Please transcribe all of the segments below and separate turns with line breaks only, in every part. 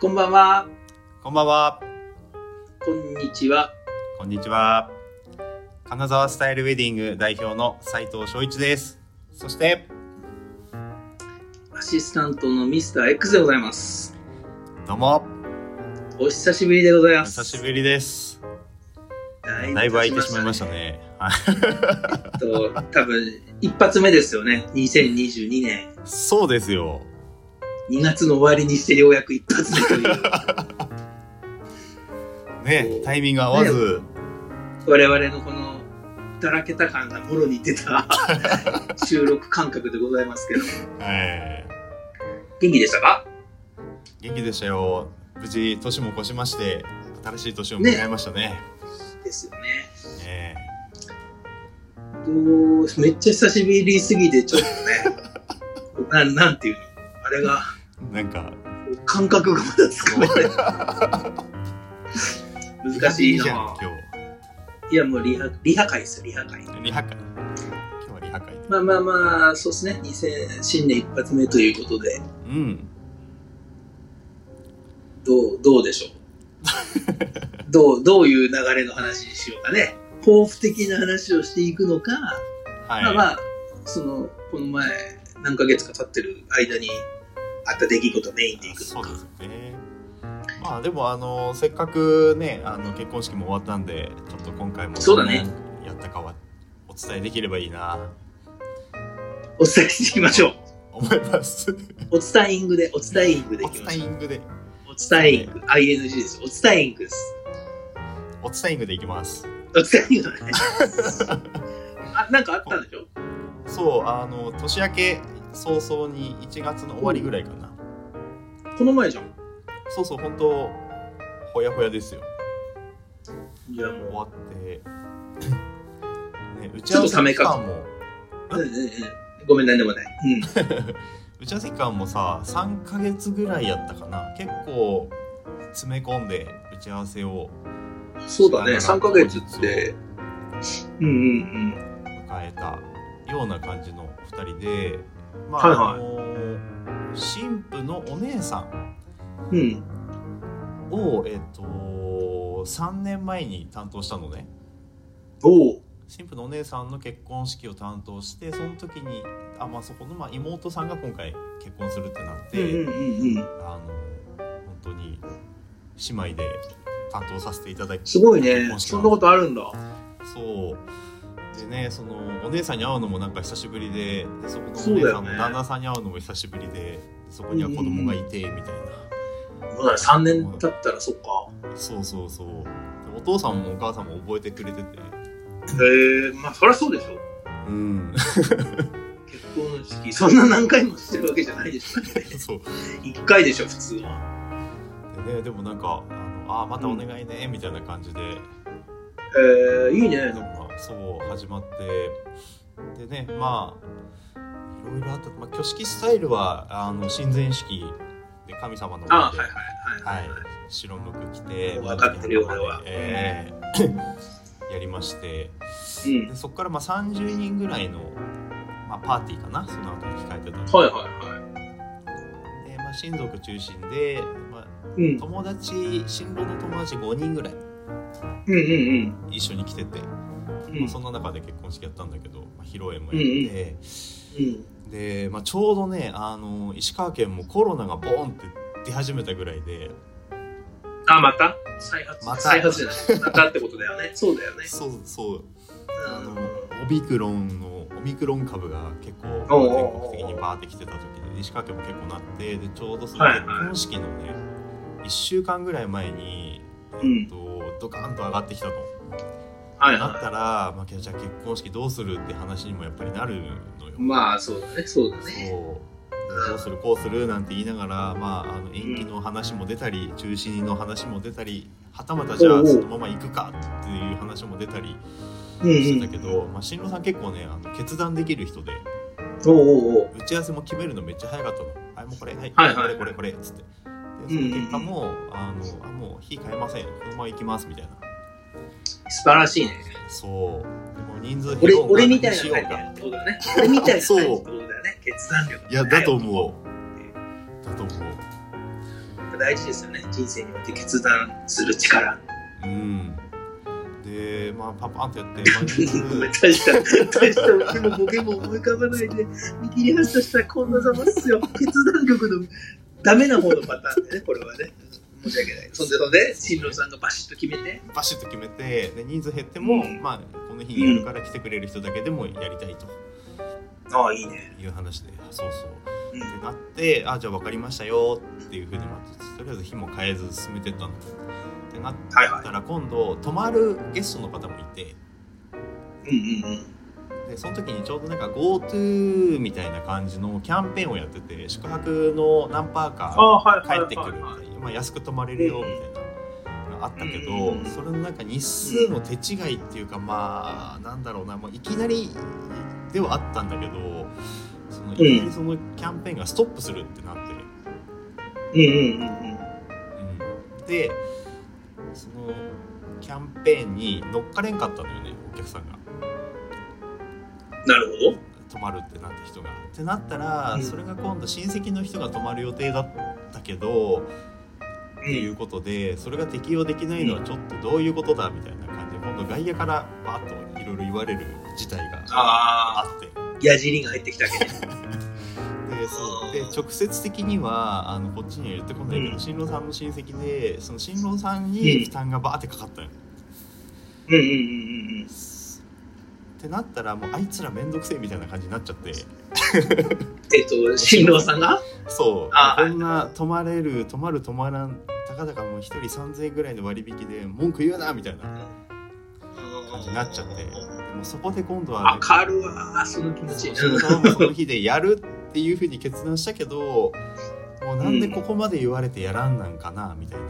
こんばんは。
こんばんは。
こんにちは。
こんにちは。金沢スタイルウェディング代表の斉藤翔一です。そして、
アシスタントのミスター X でございます。
どうも、
お久しぶりでござい
お
ます。
久しぶりです。
だ
だいぶ空いてしまいましたね。はい
た。と、多分、一発目ですよね。2022年。
そうですよ。
2月の終わりにしてようやく一発目と いう。
ね、タイミング合わず、
我々のこの、だらけた感がもろに出 た収録感覚でございますけど。
はい。
元気でしたか
元気でしたよ。無事、年も越しまして、新しい年を迎えましたね。
ですよね。
ね
どうめっちゃ久しぶりすぎて、ちょっと ね、なん、なんていうのあれが、
なんか、
感覚がまだつかめない。 難しい
じゃん
な。
今
いや、もうリハ、リハ会です、リハ会。
日。リハ会。今日はリハ会で。
まあまあまあ、そうですね。2000新年一発目ということで、
うん。
どう、どうで しょう。どう、どういう流れの話にしようかね。抱負的な話をしていくのか、
はい。
まあまあ、その、この前、何ヶ月か経ってる間に、あった出来事メインでいくのか。
そうですね。まあでもあのせっかくねあの結婚式も終わったんでちょっと今回も
そうだね
どんなやったかはお伝えできればいいな
お伝えしていきましょう。
思い ます。
お伝えイングで、お伝えイングでい
お
き
伝
ま
え
しょ
イングで
う。お伝えイング、ING です。お伝えイングです。
お伝えイングでいきます。
お伝えイングだ ね。あ、なんかあったんでしょ
そうあの年明け早々に1月の終わりぐらいかな。
この前じゃん。
そうそう本当ほやほやですよ。
いや、
終
も
わって、ね、打ち
ちょ
合
っ
わ
と
せ
ため
期
か
間も
う。うんうんうん。ごめん、なんでもない。うん。
打ち合わせ期間もさ3ヶ月ぐらいやったかな結構詰め込んで打ち合わせを
そうだね、3ヶ月って。うんうん
迎えたような感じのお二人でまあ、
はいはい
あの新婦のお姉さん
うん。うん。
をえっ、と3年前に担当したのね
おお。
新婦のお姉さんの結婚式を担当してその時にあ、まあ、そこの、まあ、妹さんが今回結婚するってなっ
うん
て、
うんうんうん。
あの本当に姉妹で担当させていただき
すごいね。
結婚式
そ
なん
なことあるんだ。
そうでねそのお姉さんに会うのもなんか久しぶりででそこのお
そう
姉
だ
さ
よ
ん
ね
の旦那さんに会うのも久しぶりでそこには子供がいてみたい
そうだね、3年経ったらそっか。
な、そうそうそうでお父さんもお母さんも覚えてくれてて
へえまあ、そりゃそうでしょ。
うん
結婚式、そんな何回もしてるわけじゃないでしょ。
そう
1回でしょ、普通は。
で,、ね、でもなんかあのあーまたお願いねみたいな感じで、
ええいいね
な。んかそう始まってでねまあいろいろあった、まあ、挙式スタイルはあの親善式で神様の前で
あはいはいはい。
はい白むく着て
分かってるよ俺は
ええ やりまして
うん。
でそこからまあ30人ぐらいの、まあ、パーティーかなその後に控えてたので
はいは
でまあ、親族中心で、まあ、
いはい。うん。
友達新郎の友達5人ぐらい
うんうん
一緒に来てて、
うん。う
まあ、
ん
そんな中で結婚式やったんだけど、まあ、披露宴もやって。
うん。
で、まあ、ちょうどねあの石川県もコロナがボーンって出始めたぐらいで
あ、また再発。
また
再発じゃない。またってことだよ ね。そうだよね。
そうそうあ
う
の
ん
オミクロンのオミクロン株が結構
おうおうおう
全国的にバーってきてた時で石川県も結構なってでちょうどその
はいはい
結婚式のね、1週間ぐらい前に、
うん
えっとドカーンと上がってきたと
はい
なっ
は
たら、まあ、じゃあ結婚式どうするって話にもやっぱりなるのよ。
い。まあ、そうだね。そうだね。
そうどうするこうするなんて言いながら、まあ、あの延期の話も出たり、中止の話も出たりはたまたじゃ
おうお
あ
う
そのまま行くかっていう話も出たり
うん
して
う
た
ん。
けど、まあ、新郎さん結構ねあの決断できる人で
おうおうおう。
打ち合わせも決めるのめっちゃ早かったの「はいもうこれはい、
はいはい
これこれこれ」っつってでその結果も「あのあもう火変えませんこのまま行きます」みたいな
素晴らしいね。
そうでも人数減
俺、
ろうか
俺みたい
何し
な
よ
タイ
う
プ
か
だよね。そうだよね。俺みたいなタイプ
そ
っ
う
てことだよね。決断力。
いやだと思うだと思う
だ大事ですよね。人生において決断する力。
うん。で、まあ、パパンってやって、
ごめん
ま
大した、大した、でもボケも思い浮かばないで、見切り発車したらこんなざますよ。決断力のダメな方のパターンでね、これはね。申し訳ない。そんでそんで、新郎さんがバシッと決めて、
あ、バシッと決めて、で人数減っても、
うん
まあ、この日にやるから来てくれる人だけでもやりたいと
ああ、いいね。
いう話で、あそうそう。
う
っ
ん。
てなって、あ、じゃあ分かりましたよっていうふうに、まあとりあえず日も変えず進めてったの。ってなっ
はいは
たら、今度、泊まるゲストの方もいて、
い。うんうんうん。
でその時にちょうどなんか GoTo みたいな感じのキャンペーンをやってて宿泊の何パー
あ
か
あ、はいはい
帰
はい、は
っ
い。
てくるみたいな、まあ、安く泊まれるよみたいなのがあったけど、
うん
それのなんか日数の手違いっていうかまあなんだろうな、まあ、いきなりではあったんだけどそのいきなりそのキャンペーンがストップするってなって。
うんうんうんうん。
うんでそのキャンペーンに乗っかれんかったのよねお客さんが。
なるほど。
泊まるってなった人が。ってなったら、
うん
それが今度親戚の人が泊まる予定だったけど、
う
ってい
ん。
うことでそれが適用できないのはちょっとどういうことだみたいな感じで今度外野からバーッといろいろ言われる事態が
ああ、
あって。
矢尻が入ってきたわけね。
でそうで直接的にはあのこっちには言ってこないけど、
うん
新郎さんの親戚でその新郎さん
うん
に負担がバーってかかったのよ。
うんうんうんうんうん。
ってなったらもうあいつらめんどくせえみたいな感じになっちゃって
えっと、新郎さんが
そう
あ
こんな泊まれる泊まる泊まらんたかだかもう一人3000円ぐらいの割引で文句言うなみたいな感じになっちゃってでもそこで今度は、
わ
ね、
かるわ、その気持ち。
そう新郎さんはその日でやるっていうふうに決断したけどもうなんでここまで言われてやらんなんかなみたいな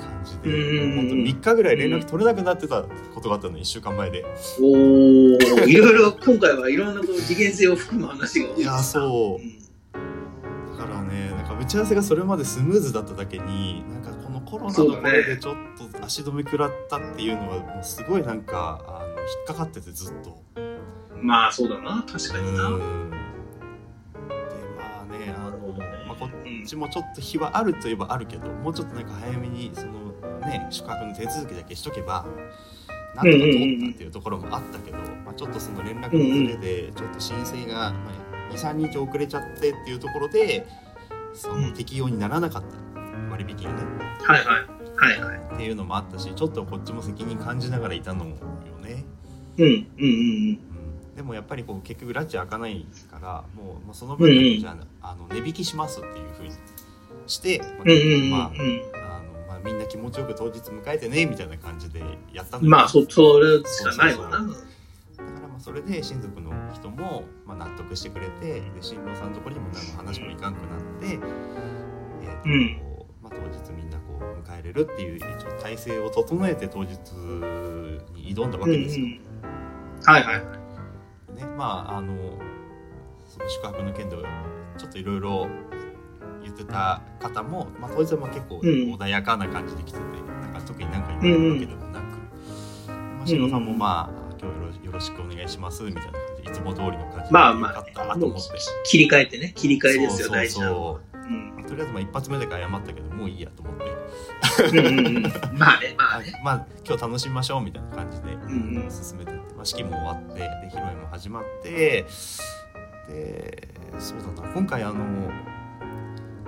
感じで、
うん
本当3日ぐらい連絡取れなくなってたことがあったの1週間前で。
お ーいろいろ今回はいろんなこう次元性を含む話が多い
いやーそう
うん
だからねなんか打ち合わせがそれまでスムーズだっただけになんかこのコロナ
そうだ
の
ね
これでちょっと足止め食らったっていうのはもうすごいなんかあの引っかかっててずっと。
まあそうだな確か
う
にな、うん
んでまあねあの、まあ、こ
うん
っちもちょっと日はあるといえばあるけどもうちょっとなんか早めにそのね宿泊の手続きだけしとけばなんとか通ったっていうところもあったけど、まあ、ちょっとその連絡のずれでちょっと申請が、まあ、23日遅れちゃってっていうところでその適用にならなかった割引がね
はいはいはいはい
っていうのもあったしちょっとこっちも責任感じながらいたのもよね。
うんうん
うんでもやっぱりこう結局ラッチ開かないからもうもうその分だ
うんう
け
ん
じゃあ,、あの値引きしますっていうふうにして、まあ
うんうんうん
ま
うんうん
ああのまあ、みんな気持ちよく当日迎えてねみたいな感じでやったんだけど
まあそそれしかないわな
そうだからまあそれで親族の人もまあ納得してくれてで新郎さんのところにも何の話もいかんくなって、えーと
うん
まあ、当日みんなこう迎えれるっていう一応体制を整えて当日に挑んだわ
うんう
け
ん
ですよ。
はいはい
ねまああのその宿泊の件でちょっといろいろ言ってた方も、まあ、当日はまあ結構
ん
穏やかな感じで来てて、なんか特になんか言われるわけでもなく、まあ、新郎さんもまあ、今日よろよろしくお願いしますみたいな感じでいつも通りの感じで
まあまあ
よかったと思って。
切り替えてね切り替えですよ
そうそう
大事なの
そ
は
う
うん
とりあえずまあ一発目だから謝ったけどもういいやと思って
うんうんうんまあねまあ
あ
ね
まあ今日楽しみましょうみたいな感じで
んうん
進めてって、まあ、式も終わってで披露宴も始まってでそうだな今回あの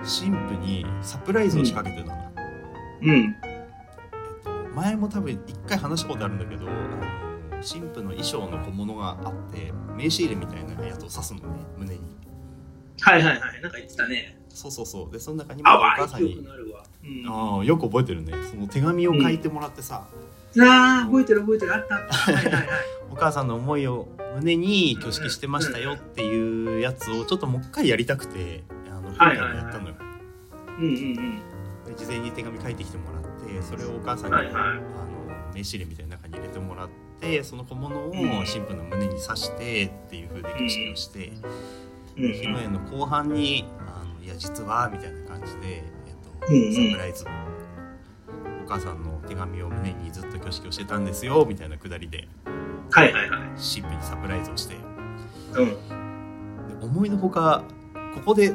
新婦にサプライズを仕掛けてたの、
うん
えっと、前も多分一回話したことあるんだけどあの新婦の衣装の小物があって名刺入れみたいなやつを刺すのね胸に
はいはいはいなんか言ってたね
そうそうそうでその中にもお
淡
母
い
さん
記憶
に
のあるわ、うん、あ
ああよく覚えてるねその手紙を書いてもらってさ、
あ覚えてる覚えてるあったあったはいはいはい
お母さんの思いを胸に挙式してましたよっていうやつをちょっともう一回やりたくてあの今
はい
回
はいはい
やったのよ、
うんうんうん
で事前に手紙書いてきてもらってそれをお母さんに、
はいはい
あの名刺入れみたいな中に入れてもらってその小物を
うん
新婦の胸に刺してっていうふうで挙式をして、
うん うん
披露宴の後半に「あのいや実は」みたいな感じで、えっと
うんうん
サプライズお母さんの手紙を胸にずっと挙式をしてたんですよみたいなくだりで
はいはいはい
新婦にサプライズをして。
うん
で思いのほかここで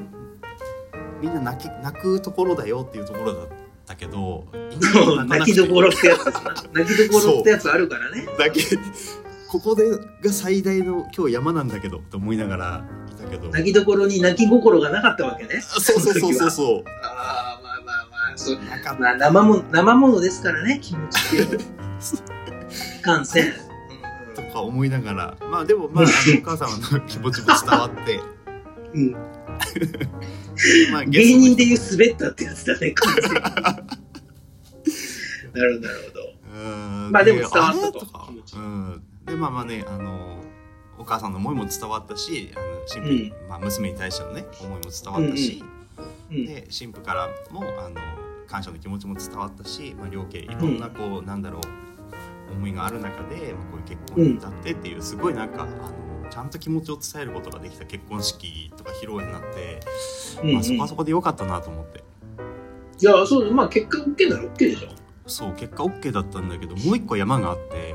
みんな泣き泣くところだよっていうところだったけど意外と泣かな
泣
く
き
て
どころ ってやつですな泣きどころってやつあるからね
泣き ここでが最大の今日山なんだけどと思いながらいたけど
泣きどころに泣き心がなかったわけね
あそうそうそうそうそう
ああまあまあまあそう
なかっ
まあ生も生ものですからね気持ちっていうのはいかんせん、うん
たとか思いながらまあでもまああのお母様の気持ちも伝わって
うん
まあゲス
芸
トの
人でいう滑ったってやつだね、完全になるほど、なるほど。
うん
まあでも伝わったと
あれか
気持ち
うん、でまあまあねあのお母さんの思いも伝わったしあの新婦に、まあ、娘に対してのね思いも伝わったし、
うん、
で新婦からもあの感謝の気持ちも伝わったし、まあ、両家いろんなこう、なんだろう思いがある中で、まあ、こういう結婚に至ってっていうすごいなんかあのちゃんと気持ちを伝えることができた結婚式とか披露宴になって、
うん、うん。
まあ、そこはそ
い
こで良かったなと思って。
や、そう、まあ結果 OK なら OK でしょ。
そう結果 OK だったんだけどもう一個山があって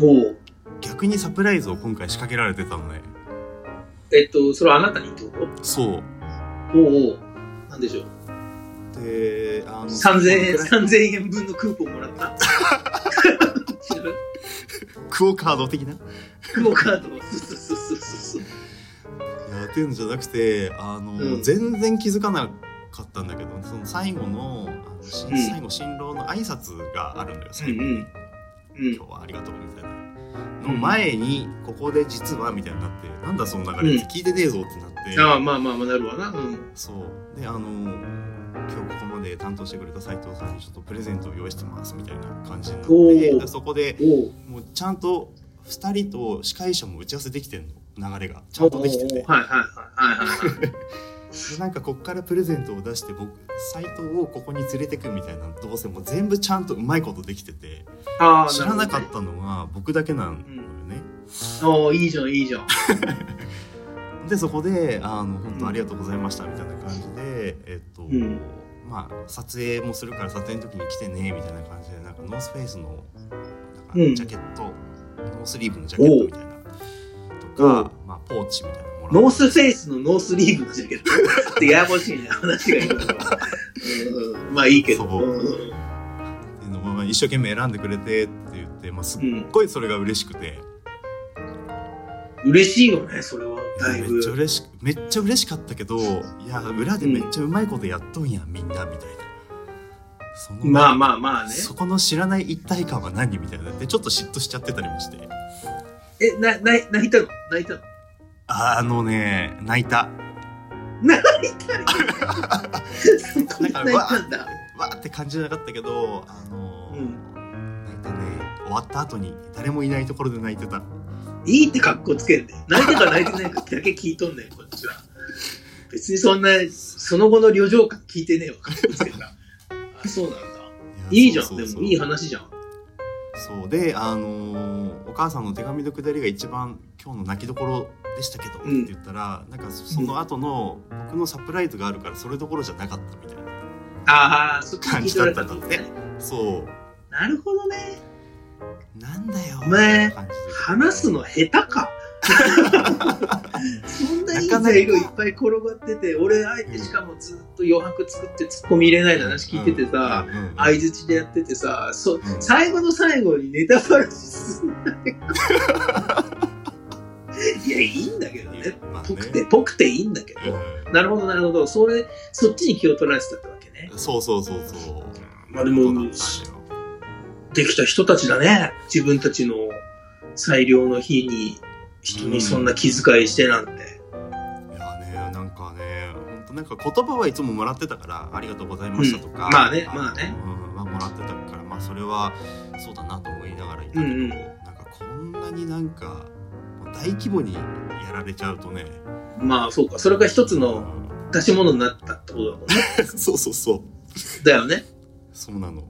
おう
逆にサプライズを今回仕掛けられてたのね
えっと、それはあなたにってこと
そう
おうおうなんでしょう。
であの
3000円、
その
3000円分のクーポンもらった 知らん
クオカード的な
クオカードを、そうそうそうそうそう。
やってんじゃなくてあの、
うん
全然気づかなかったんだけどその最後のあのし
うん
最後新郎の挨拶があるんだよ最後に、
うんうん
今日はありがとうみたいなの前にここで実はみたいになってなんだその流れって聞いてねえぞってなって、
ああまあまあまあなるわな。うん。
そうであの今日ここまで担当してくれた斉藤さんにちょっとプレゼントを用意してますみたいな感じにな
お
って
ー
でそこで
おう
もうちゃんと2人と司会者も打ち合わせできてんの流れがちゃんとできて
お
て
うはいはいはいはいはいはい。
でなんかこっからプレゼントを出して僕斎藤をここに連れてくみたいな動線も全部ちゃんとうまいことできてて
ああ
知らなかったのが僕だけなのよね、
た。おういいじゃんいいじゃん。
でそこで「あの本当ありがとうございました」みたいな感じで、えっと、
ん
まあ撮影もするから撮影の時に来てねみたいな感じでなんかノースフェイスのなんかジ
うん
ャケット、ノースリーブのジャケットみたいなとか、まあ、ポーチみたいなのもらって
ノースフェイスのノースリーブのジャケット。ちょっとややこしいね、話がいいけど。うんうんまあいいけど。
そう
うん
っていうのを一生懸命選んでくれてって言って、まあ、すっ
うん
ごいそれが嬉しくて、
嬉しいよね、それは。だい
めっちゃ
ぶ。
嬉しめっちゃ嬉しかったけどいや裏でめっちゃうまいことやっとんやんみんなみたいな。その
まあまあまあね。
そこの知らない一体感は何みたいなでちょっと嫉妬しちゃってたりもして
え、な、な、泣いたの泣いたの
ああのね泣いた
泣いたのそんな泣いたんだ。
わーって感じじゃなかったけどあのー
う
泣いたね終わった後に誰もいないところで泣いてた
いいって格好つけんで。泣いてか泣いてないかだけ聞いとんねん、こっちは。別にそんな、その後の旅情感聞いてねえわ、格好つけた。あ、そうなんだ。いいじゃん、
そうそうそう
でもいい話じゃん。
そうであのーお母さんの手紙のくだりが一番今日の泣きどころでしたけど、
うん
って言ったらなんかそその後の僕のサプライズがあるからそれどころじゃなかったみたいな
ああ、そっか聞いておられたと思ね。
そ
なるほどね。
うなんだよ
ね
みたいな感じで
話すの下手か。 そんないい
なかなか
材料いっぱい転がってて、俺、あえてしかもずっと余白作って突っ込み入れないで話聞いててさ、
うんうんうん
相づちでやっててさ、そ
ん
最後の最後にネタバラシすん なよ。いや、いいんだけどね。
まあ
ぽくて、ぽくていいんだけど。なるほど、なるほど。それ、そっちに気を取られてたってわけね
う。んそうそうそうそう
まあで
そうだ
も、
ったんだよ
できた人たちだね。自分たちの最良の日に、人にそんな気遣いしてなんて。
いやねなんかね本当なんか言葉はいつももらってたから「ありがとうございました」とか、
うんまあね
の
まあね
うんまあもらってたからまあそれはそうだなと思いながらいたけど、
うんうん
なんかこんなになんか大規模にやられちゃうとね
まあそうか、それが一つ
う
の
ん
出し物になったってことだもん ね。
そうそうそう
だよね。
そうなの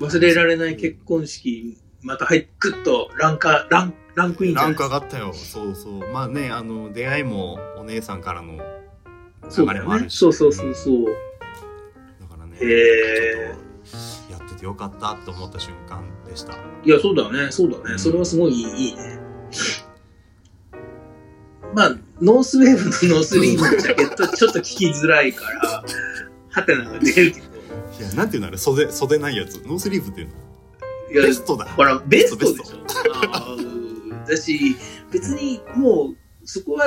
忘れられない結婚式、また入っグッとランカ、ラン、ランクインじ
な
ゃ
ん
ない
か上がったよそうそうまあねあの出会いもお姉さんからの
そう
流
だ
れも
よ
あ
ね。
るし
そうそうそうそう。
だからね
へー
ちょっとやっててよかったと思った瞬間でした
いや、そうだよね。そうだね。それはすごいいいね。まあ、ノースウェーブのノースリーブのジャケット、 ちょっと聞きづらいから、ハテナが出るけど。
いやなんていうのあれ袖袖ないやつノースリーブっていうの
いや
ベストだ
ほら、ベストで
ベ
し
ス
ょ。あーだし、別にもう、そこは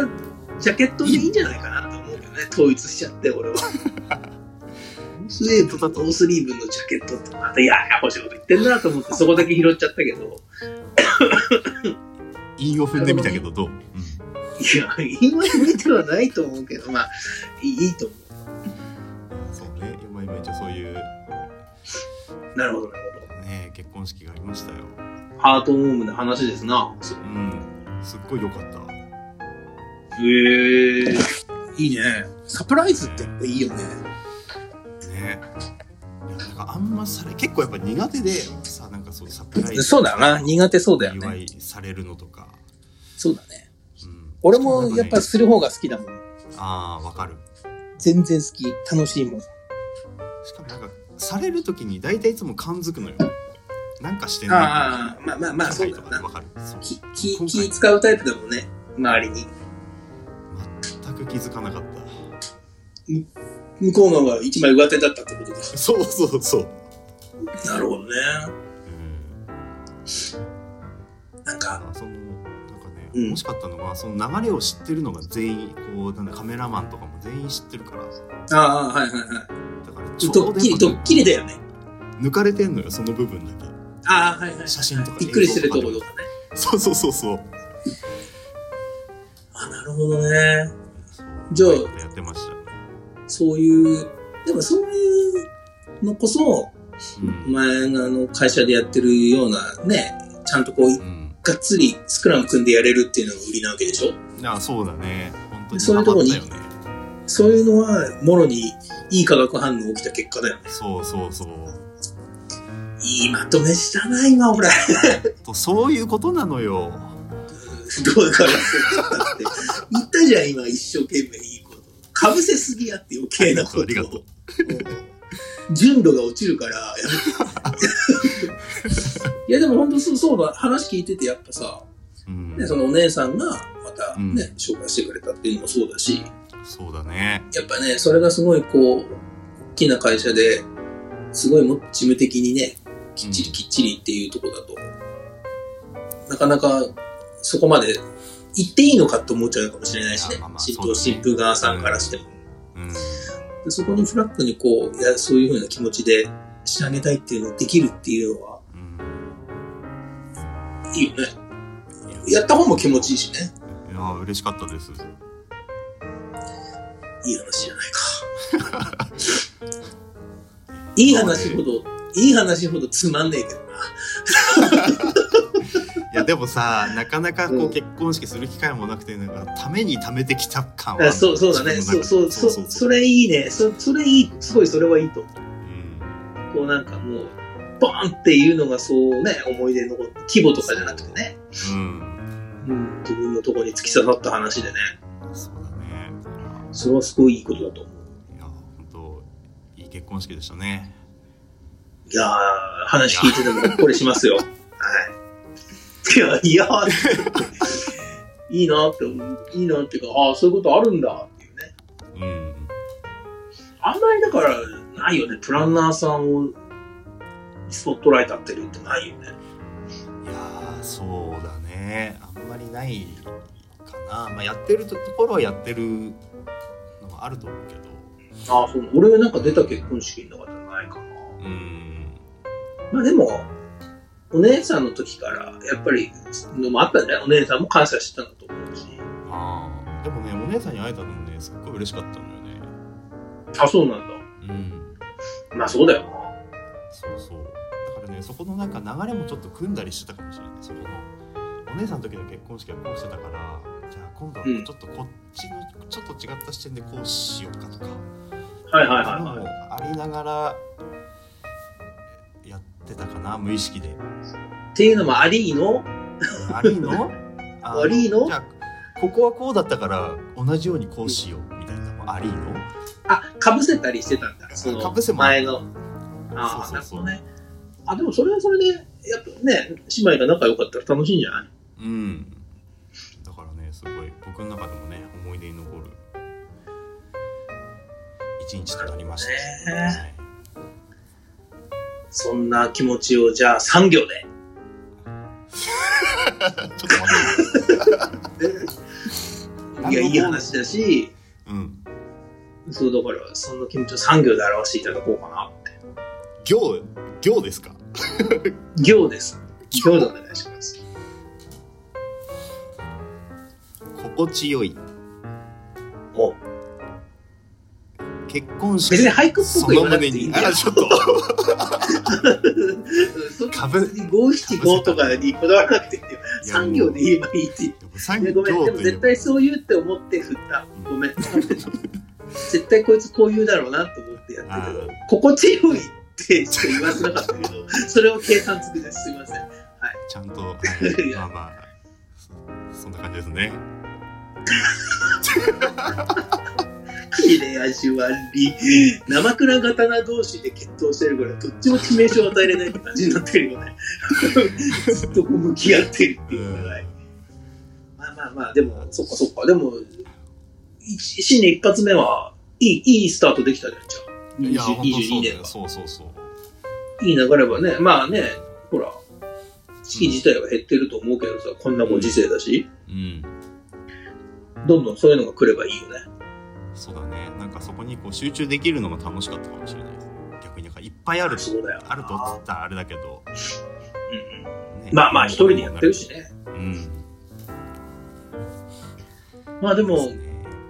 ジャケットでいいんじゃないかなと思うけどね、統一しちゃって、俺は。スウェーブとノースリーブのジャケットって、またややこしいこと言ってんなと思って、そこだけ拾っちゃったけど、
韻を踏んでみたけどどう、うん
いや、今見てはないと思うけど、まあ、いいいいと思
そうね今今一応そういう
う。なるほど、なるほど。
ね結婚式がありましたよ
ハートホームな話ですな。そ
うんすっごい良かった
へえいいね。サプライズってやっぱいいよね。
ねいやなんかあんまされ結構やっぱ苦手でさなんかそうサプライズ
そうだよな。苦手そうだよ
お祝
ね。
いされるのとか、
そうだね。
うん、
俺もやっぱ
なんかね
する方が好きだもん。
ああわかる
全然好き。楽しいもん。
しかもなんかされる時に大体いつも感づくのよなんかしてん
ああ、まあまあまあ、そうだよ
わ
な。
かるそう
気、気、気使うタイプだもんね。周りに。
全く気づかなかった
向こうの方が一枚上手だったってことでし
そうそうそう、
ょ。なるほどね。
うん、
なんか、
あそのなんかね、
うん
欲しかったのはその流れを知ってるのが全員こうなんだカメラマンとかも全員知ってるからだ
ああ、はいはいはい。
からちょう
ド
ど
ッキリ、ドッキリだよね。
抜かれてんのよその部分だけ
ああ、はいはいはい。
写真とか
びっくりしてるところとかね。
そうそうそうそう
あ、なるほどね。
そう
じゃあ
やってました、
そういう、でもそういうのこそ、
う
お
ん
前があの会社でやってるようなね、ちゃんとこう、
うん、
がっつりスクラム組んでやれるっていうのが売りなわけでしょ
あそうだね本当に
そういうとこに
ハマったよね
そういうのは、もろにいい化学反応起きた結果だよね。
そうそうそう
いいまとめしたな、今、俺。
とそういうことなのよ
どうだからって言ったじゃん、今、一生懸命いいこと。かぶせすぎやって余計なこと。
ありがとう
うん順路が落ちるから、や めていや、でも本当そう、そうだ、話聞いてて、やっぱさ、
うん
ね、そのお姉さんがまた
うん
ね、紹介してくれたっていうのもそうだし、
そうだね
やっぱね、それがすごいこう、大きな会社で、すごいもっと事務的にね、きっちりきっちりっていうとこだと、なかなかそこまで行っていいのかと思っちゃうかもしれないしね
あまあま、あ
新
そう
婦
だね
新婦側さんからしても。
うん
でそこにフラッグにこう、いや、そういうふうな気持ちでしてあげたいっていうのができるっていうのは、
うん
いいよね。やった方も気持ちいいしね。
いや嬉しかったです
いい話じゃないか。 いい話ほど、いい話ほどつまんねえけどな。
いやでもさなかなかこ
うん
う結婚式する機会もなくてなんかために貯めてきた感はある
あそうそうだね。
自
そう
分
そ
の中
うそう。
で
それいいね。そそれいい。すごいそれはいいと思う。
うん
こうなんかもう、ボーンっていうのがそうね、思い出の規模とかじゃなくてね。
うん
うん、自分のところに突き刺さった話でね。
そうだね
それはすごいいいことだと思う。
いや本当いい結婚式でしたね
いやー、話聞いててもほっこりしますよ。はい。いや、いやーっていいなって思う、いいなっていうか、ああ、そういうことあるんだっていうね。
うん
あんまりだから、ないよね。プランナーさんをスポットライト当てるってないよね。
いやーそうだねあんまりないかな、まあ、やってるところはやってるのはあると思うけど
ああ、そう。俺なんか出た結婚式の中じゃないかな。
うん
まあでも、お姉さんの時から、やっぱり、のもあったんじゃないお姉さんも感謝してたんだと思うし。
あーでもねお姉さんに会えたのもねすっごい嬉しかったのよね
あ、そうなんだ。
うん
まあそうだよな。
そうそうだからねそこのなんか流れもちょっと組んだりしてたかもしれないそこのお姉さんの時の結婚式はこうしてたからじゃあ今度は
うん
ちょっとこっちの、ちょっと違った視点でこうしようかとか
はいはい
そういう
はい
の
はい。
もありながらやってたかな無意識で。
っていうのもありの
あり のあ
ありの
じゃあここはこうだったから同じようにこうしようみたいなのもありの
あ、かぶせたりしてたんだ。その
被せも
前の。ああ、
そ
な
う
る
そ
ほ
うそ
ど
う、
ね。あ、でもそれはそれで、やっぱね、姉妹が仲良かったら楽しいんじゃない
うんだからねすごい僕の中でもね思い出に残る一日となりました、
なるほどね
はい
そんな気持ちを、じゃあ3行 で。
ちょっと待っ
い
て
や、いい話だし、
うん
そうだから、その気持ちを3行で表していただこうかなって。
行行ですか
行です。行でお願いします。
心地よい
お
結婚式
別に俳句っぽく言わなくていいんだよ
あちょっと
そ
かぶ
別に五七五とかにこだわらなくていいよ。3行 で言えばいいって。い
産
やご
業
めん、でも
とい
絶
うか
対そう言うって思って振った。ごめん。絶対こいつこう言うだろうなと思ってやってるけど、心地よいってしか言わせなかったけ ど、それを計算つくです。すいません。
ちゃんと、はいい、
や
まあまあそそんな感じですね
切れ味悪い生クラ刀同士で決闘してるからどっちも致命傷を与えれないって感じになってるよね ずっとこう向き合ってるっていうのがないまあまあまあでもそっかそっかでも一新年一発目はいいいいスタートできたじゃんじゃあ
いや
20
本
22年が
当そうだよそうそうそう
いい流れはねまあねほら式自体は減ってると思うけどさこんなご時世だし
うん
どんどんそういうのが来ればいいよね
そうだねなんかそこにこう集中できるのが楽しかったかもしれないです逆になんかいっぱいある
そうだよ
あるとっつったらあれだけど、
うんうん
ね
まあまあ一人でやってるしね
うん
まあでも
そう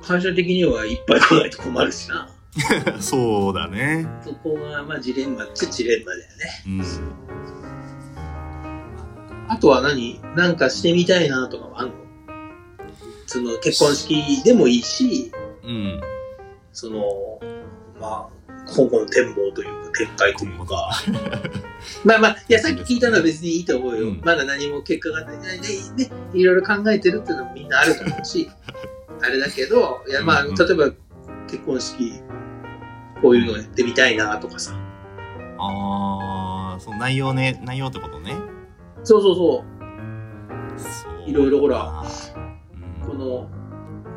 会社的にはいっぱい来ないと困るしな。
ですね そうだね
そこが、まあ、ジレンマっちゃジレンマだよね。
うん
あとは何なんかしてみたいなとかはあんのその、結婚式でもいいし、
うん
その、まあ、今後の展望というか、展開というか。まあまあ、いや、さっき聞いたのは別にいいと思うよ。
うん
まだ何も結果が出てないで、ね、いろいろ考えてるっていうのもみんなあると思うし、あれだけど、いや、まあ、
うんうん
例えば、結婚式、こういうのやってみたいなとかさ。
ああその内容ね内容ってことね
そうそうそう。
そう
いろいろほら
うん
この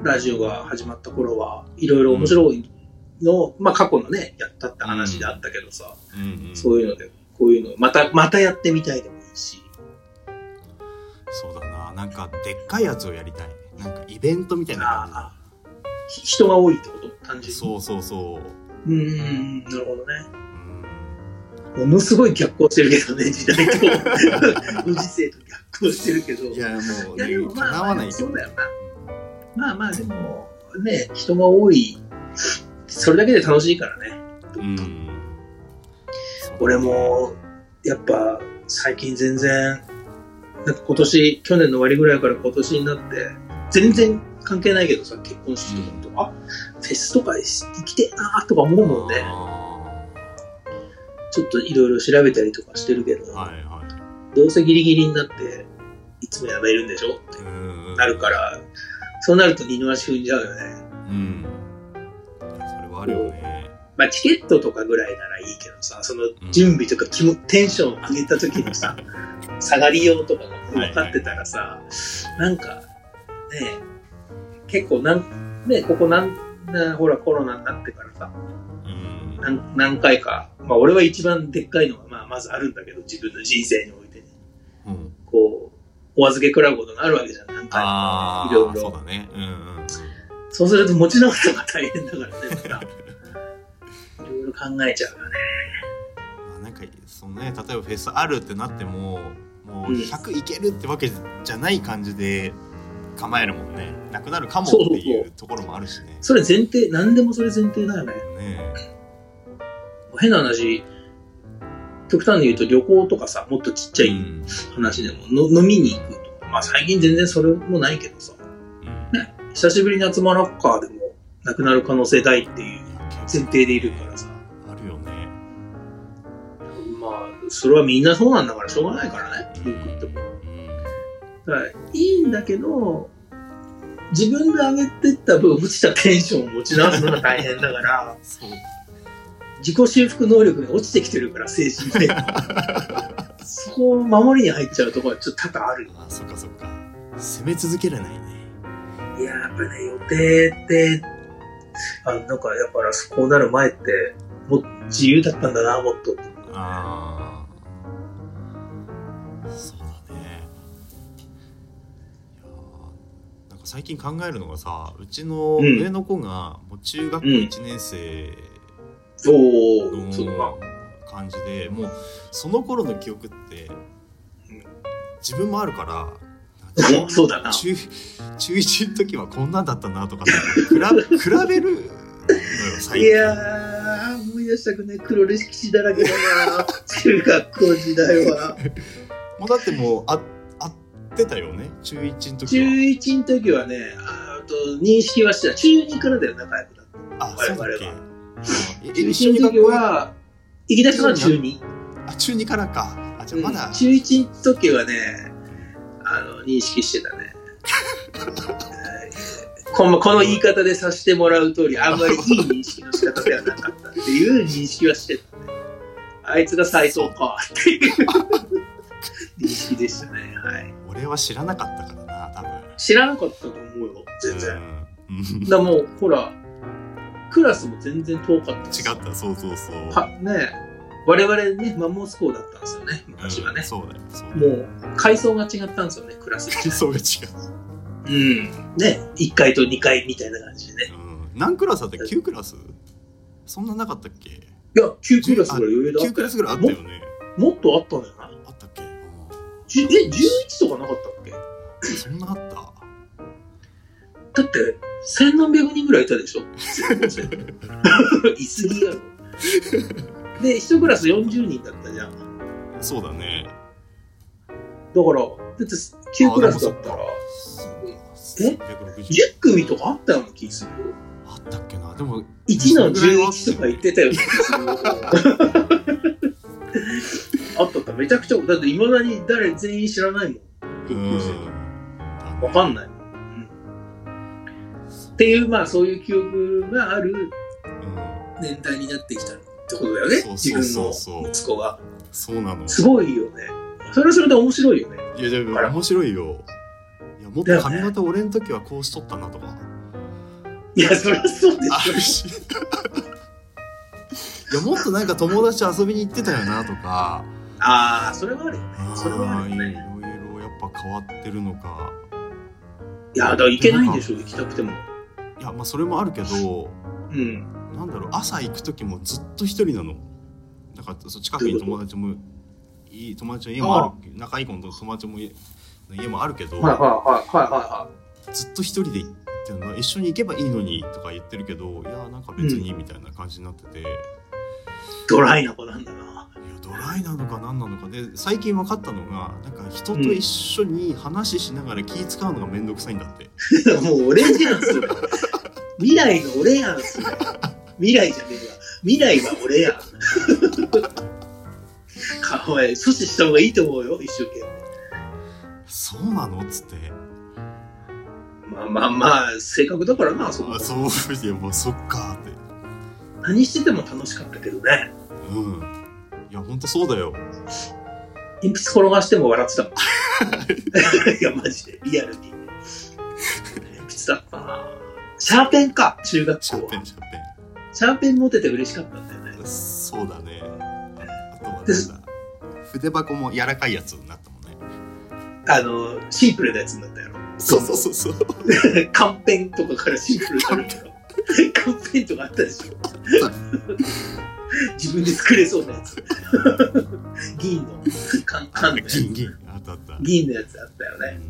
ラジオが始まった頃はいろいろ面白いのを、まあ過去のねやったって話であったけどさ、
うんうん、そ
そうういうのでこういうのまたまたやってみたいでもいいし
だななんかでっかいやつをやりたいなんかイベントみたいな感じだ
あひ人が多いってこと単純に
そうそうそう
うーんなるほどね
う
も
ん
のすごい逆行してるけどね時代 とご時世と逆行してるけど
いやもう
いや
ね
でもまあ
叶わないけ
そ
ど
うだよなまあまあでもね人が多いそれだけで楽しいからね
うん
俺もやっぱ最近全然なんか今年去年の終わりぐらいから今年になって全然関係ないけどさ結婚式とかも、あフェスとか行きてえなとか思うもんね
あ
ちょっといろいろ調べたりとかしてるけど、
ーはいはい
どうせギリギリになっていつもやめるんでしょって
うん
なるからそうなると二の足踏んじゃうよね
うんいやそれはあるよね
まあチケットとかぐらいならいいけどさその準備とか気も、テンション上げた時のさ下がりようとかが分かってたらさ、なんかね結構なんねここなんなほらコロナになってからさ
うん
なん何回か、まあ、俺は一番でっかいのが、まあ、まずあるんだけど自分の人生においてね
うん
こうお預け食らうことがあるわけじゃん何回も
あ
いろい
あ
ろ
そうだねうんうん
そうすると持ち直すのが大変だからねまたいろいろ考えちゃうよね
まあなんかそのね例えばフェスあるってなってもも
う
う
ん
100いけるってわけじゃない感じで構えるもんねなくなるかもって
そうそう
い
そう
ところもあるしね
それ前提何でもそれ前提だよね
ね
変な話極端に言うと旅行とかさもっとちっちゃ
う
い
ん
話でもの飲みに行くとかまあ最近全然それもないけどさ
うん
久しぶりに集まろっかでもなくなる可能性大っていう
いや結構
前提でいるからさ
あるよね
まあそれはみんなそうなんだからしょうがないからね
う
文
ん
句っても
うん
だからいいんだけど自分で上げてった分落ちたテンションを持ち直すのが大変だから
そう
自己修復能力が落ちてきてるから精神的にそこを守りに入っちゃうところはちょっと多々あるよ
あそっかそっか攻め続けられないね
いや、やっぱね、予定って、あなんか、やっぱラスこうなる前って、もう自由だったんだな、もっと。
ああそうだねいやーなんか最近考えるのがさうちの
うん
上の子がもう中学校1年生
おー、そうか
の。感じで、もうその頃の記憶って自分もあるから
おそうだな
中中1の時はこんなんだったなとかさ比べ 比べるのよ最
い
近
やー、思い出したくない黒歴史だらけだな、中学校時代 は。
もうだってもうあ会ってたよね中1の時
中
は。
1の時はね、あーと認識はしてた。中2からだよ、仲良くなった。
あ、
我
そう
々
だ
は
っけ。え
中
え一緒
1
に
の時
学校や
は、行き出したのは中2。
あ、中二からか。あ、じゃあまだ。
うん中1の時はね、あの、認識してたね。はいこのこの言い方でさせてもらう通り、あんまりいい認識の仕方ではなかったっていう認識はしてたね。あいつが斎藤かっていう認識でしたね。はい。
俺は知らなかったからな、多分。
知らなかったと思うよ、全然。
うん。うん違
だ
っ
からもう、ほら、クラスも全然遠かったし。
た、そうそうそう。
はね我々ね、マンモス校だったんですよね、
うん
昔はね。
そうだよ。そうだよ
もう、階層が違ったんですよね、クラスが。
そうが違
うん。ね、1階と2階みたいな感じでね。
う。うん。何クラスだったっけ ?9 クラスそんななかったっけ
いや、9クラスぐらい余裕だったよ
?9 クラスぐらいあったよね。
ももっとあったんじゃない
あったっけうん
じゅえ、11とかなかったっけだ
そんなあった
って、千何百人ぐらいいたでしょ いすぎやろ。で、1クラス40人だったじゃん。だから、
そうだね。
だって9クラスだったら、10
え
組とかあったような気するよ。
あったっけなでも、
1の11とか言って たよ、あったあった、めちゃくちゃ、だっていまだに誰全員知らないも
う
ん。
ん。
わかんないもん。うんっていう、まあそういう記憶がある
うん
年代になってきたってことだよね、自
そう
分
そ
の
うそう
息子が。
そうなの。
すごいよね。それはそれで面白いよね。
いやでも
あら
面白いよ。いやもっ
だよ
と
ね
髪型俺の時はこうしとったな とか
いや、そりゃそうで
あ
す
るし。いやもっとなんか友達と遊びに行ってたよなとか。
よ。ああ、それはあるよね。それは
あ
あ
あい
るよ
ろい
ね。
ろやっぱ変わってるのか。
いや、だから行けないんでしょ、行きたくても。
いやまあそれもあるけど、
うん。
なんだろう朝行く時もずっと一人なの。だからそう近くに友達もいい友達の家もある仲いい子の友達も家の家もあるけど。
はいはいはいはいはいはい。
ずっと一人で行ってるのは一緒に行けばいいのにとか言ってるけどいやなんか別にみたいな感じになってて、いや
ドライな子なんだな。
ドライなのか何なのかで最近分かったのがなんか人と一緒に話ししながら気使うのが面倒くさいんだって、
もう俺じゃん、それ。未来の俺やん、それ。未来じゃねえわ。未来は俺やん。かわいい。阻止した方がいいと思うよ、一生懸
そうなのっつって
命。まあまあまあ、性格だからな、そこ
あ。そういやもうそっかって
何してても楽しかったけどね。
うんいやほんとそうだよ
鉛筆転がしても笑って たもん。いや、マジで、リアルに。鉛筆だったな。シャーペンか、中学
シャ
校
ーペ
は。
ンシャーペ
シャーペン持てて嬉しかったんだよね。
ンそうだねああとはなんだ筆箱も柔らかいやつになったもんね
あの、シンプルなやつになったやろ。
そうそうそうそう
カンペンとかからシンプルになるんだろカンペンとかあったでしょ自分で作れそうなやつ 銀の缶缶のやつ
銀銀あったあった
銀のやつあったよね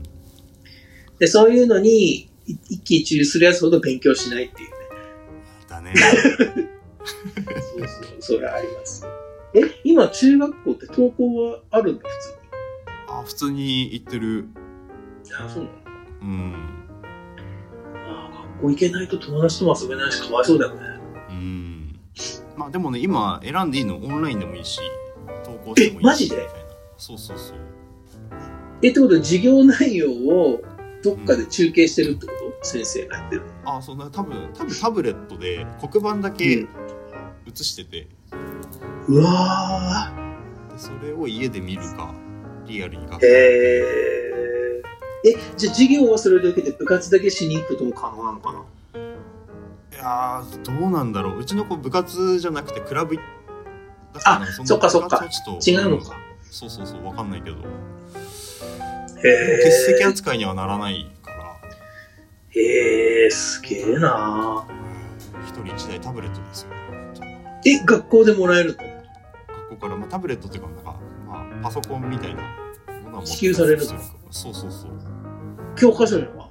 でそういうのにい一喜一憂するやつほど勉強しないっていうね
だ ね。
そうそうそれはありますえ今中学校って登校はあるんだ普
あ、普通に行ってる。
通にあそうなの
うん。
あー学校行けないと友達とも遊べないしかわいそうだよね
うん。まあでもね、今選んでいいのオンラインでもいいし、投稿して
え
もいいし。
マジで
みたいなそうそうそう。
えってことは授業内容をどっかで中継してるってこと、先生がやってる
あ、そんな、多分多分タブレットで黒板だけ映してて、で
うわ
それを家で見るか、リアルに学
ー
校
へええ、じゃあ授業はそれだけで部活だけしに行くことも可能なのかない
やーどうなんだろううちの子部活じゃなくてクラブだ
あそっかそっか違うのか
そうそうそうわかんないけど
へ
欠席扱いにはならないか
え。へえ、すげえな
ら一人一台タブレットですよ
え、学校でもらえるの
学校から、まあ、タブレットっていうかなんか、まあ、パソコンみたいなものは持って
支給されるの
そうそうそう
教科書には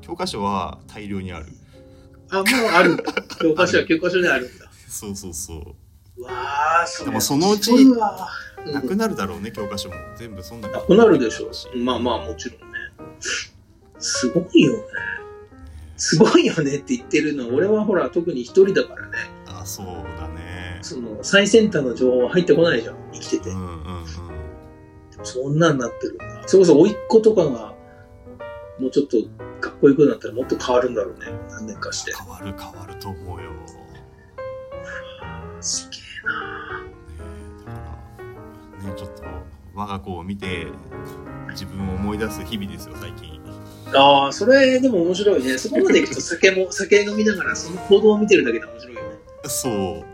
教科書は大 量にある
あ、もうあ るんだ。教科書は教科書であるんだ。
そうそうそう
わあ、それ
でもそのうち
すごいわうん
なくなるだろうね教科書も全部そんな
なくなるでしょうし。まあまあもちろんね。すごいよね。すごいよねって言ってるのは、俺はほら、特に一人だからね、
あそうだね
その最先端の情報は入ってこないじゃん、生きて
う
て
ん。うんうん
そんなんなってるんだ。それこそ、甥っ子とかが、もうちょっと学校行くようになったらもっと変わるんだろうね、何年かして。
変わる変わると思うよ、ね
すげえ
え、だからねちょっと我が子を見て自分を思い出す日々ですよ最近
な。ああ、それでも面白いね。そこまで行くと 酒も、酒飲みながらその行動を見てるだけで面白いよね。
そ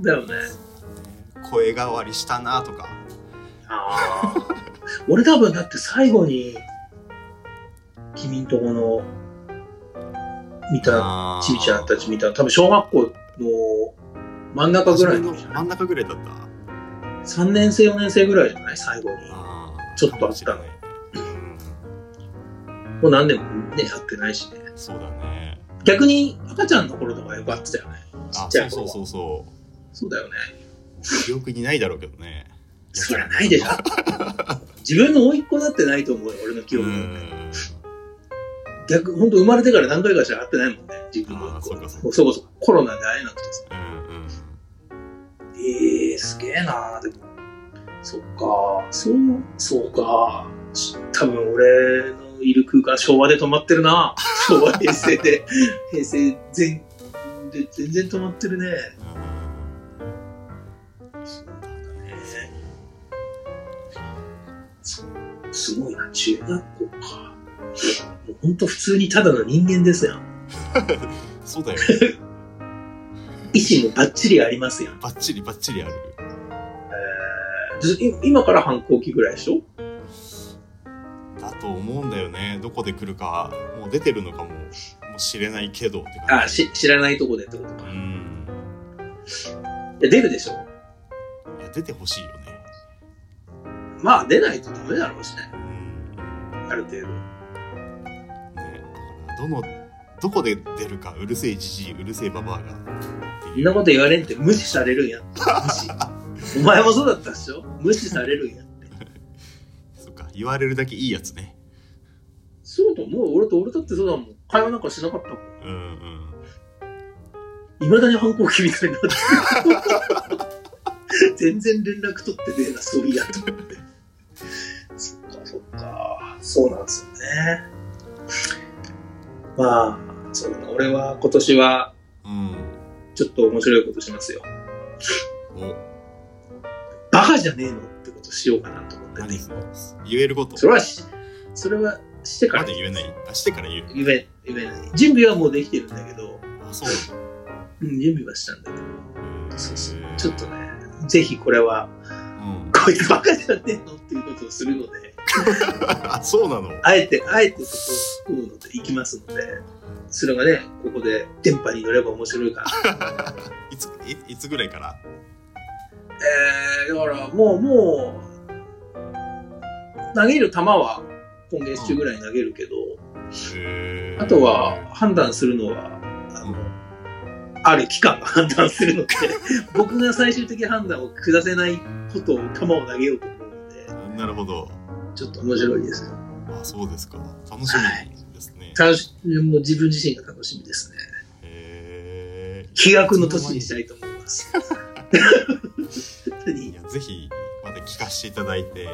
う
だよね。
声変わりしたなとか
ああ。 俺多分だって最後に、君んとこの、見た、
あー
ちびちゃんたち見た、多分小学校の真ん中ぐらい
それ
の
の、真ん中ぐらいだった
3年生、4年生ぐらいじゃない最後に。
あー
ちょっとあった
かもしれないね
もう何年もね、やってないしね。
うんそうだね
逆に赤ちゃんの頃とかよくあってたよね。ち
あ
っちゃ
そ
いう頃
そう
は。
そうそう
そうだよね。
記憶にないだろうけどね
そりゃないでしょ。 自分の甥っ子だってないと思うよ、俺の記憶。
うん
逆、本当生まれてから何回かしか会ってないもんね、自分の甥
あ
っ
あ
子
そうかそうか
もうそこそこコロナで会えなくてさ。
うんうん
ええすげえなでも。そっか、そう、そうか。し多分俺のいる空間、昭和で止まってるな。昭和、平成で、平成全、で全然止まってるね。そすごいな、中学校か。もうほんと普通にただの人間ですやん。
そ うだよ。
意思もバッチリありますやん。
バッチリバッチリある。
えーずい今から反抗期ぐらいでしょ
だと思うんだよね。どこで来るか、もう出てるのかも、もう知れないけどって感
あし、知らないとこでってこと
じ。
か。
う
い
ん。
や出るでしょ
いや、出てほしいよね。
まあ出ないとダメだろうしね。
うん。
ある程度。
ねだから、どの、どこで出るか、うるせえじじい、うるせえばばあが。
そんなこと言われんって無視されるんやって。無視。お前もそうだったっしょ無視されるんやって。
そっか、言われるだけいいやつね。
そうと思う。俺と俺だってそうだもん。会話なんかしなかったもん。
うんうん。
いまだに反抗期みたいになってる。 全然連絡取ってねえな、そういやと思って。そっかそっか。そうなんですよね。まあ、そうだな。俺は今年は
うん。
ちょっと面白いことしますよ。
お、
バカじゃねえのってことしようかなと思って
何
ね。
する言えること。
それはし、それはしてか
ま
ら
だ言えない。あ、してから言う。
言え言えない準備はもうできてるんだけど、
あ、そう。
うん、準備はしたんだけどそうそう
へー
ちょっと。ねぜひこれは
うん。
こいつバカじゃねえのっていうことをするので
あ、そうなの。
あえてあえてそこを突っ込むのでいきますのでそれがねここで電波に乗れば面白いかな
いつ、いいつぐらいから。
えー、だからもうもう投げる球は今月中ぐらいに投げるけど、
へー
あとは判断するのはあの、ある機関が判断する ので僕が最終的判断を下せないことを球を投げようと思うので
なるほど。
ちょっと面白いですよ
あ、そうですか。楽しみですね。
楽しもう自分自身が楽しみですね
へー
飛躍の年にしたいと思います本当
い
に
や、ぜひ、また聞かせていただいて。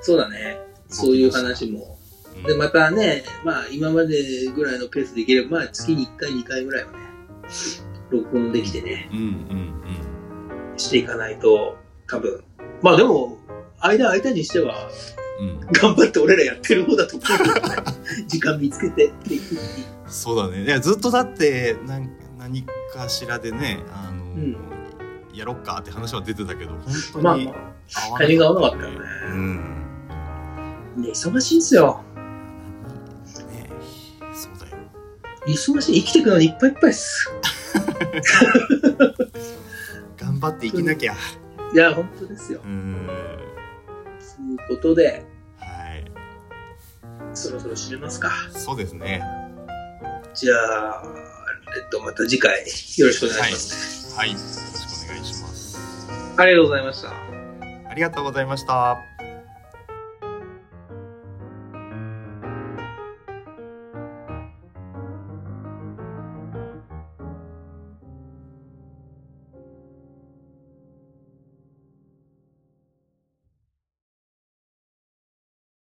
そうだねそういう話も
うん
でまたねまあ今までぐらいのペースでいければまあ月に1回2回ぐらいはね録音できてね、
うんうん
していかないと、多分。まあでも、間間にしては、
うん、
頑張って俺らやってる方だと思うけどね時間見つけてっていう
そうだねいやずっとだって何何かしらでねあの、
ん
やろっかって話は出てたけど
ま
本当
あ
に
まあ
合
タイミング合わなかった
ね
よね
うん
ね忙しいんすよ
ねそうだよ
忙しい生きてくのにいっぱいいっぱいです
頑張っていきなきゃ
いや本当ですよ
うん
ということで
はい
そろそろ締めますか
そうですね
じゃあえっとまた次回よろしくお願いします、
はいよろしくお願いします
ありがとうございました
ありがとうございました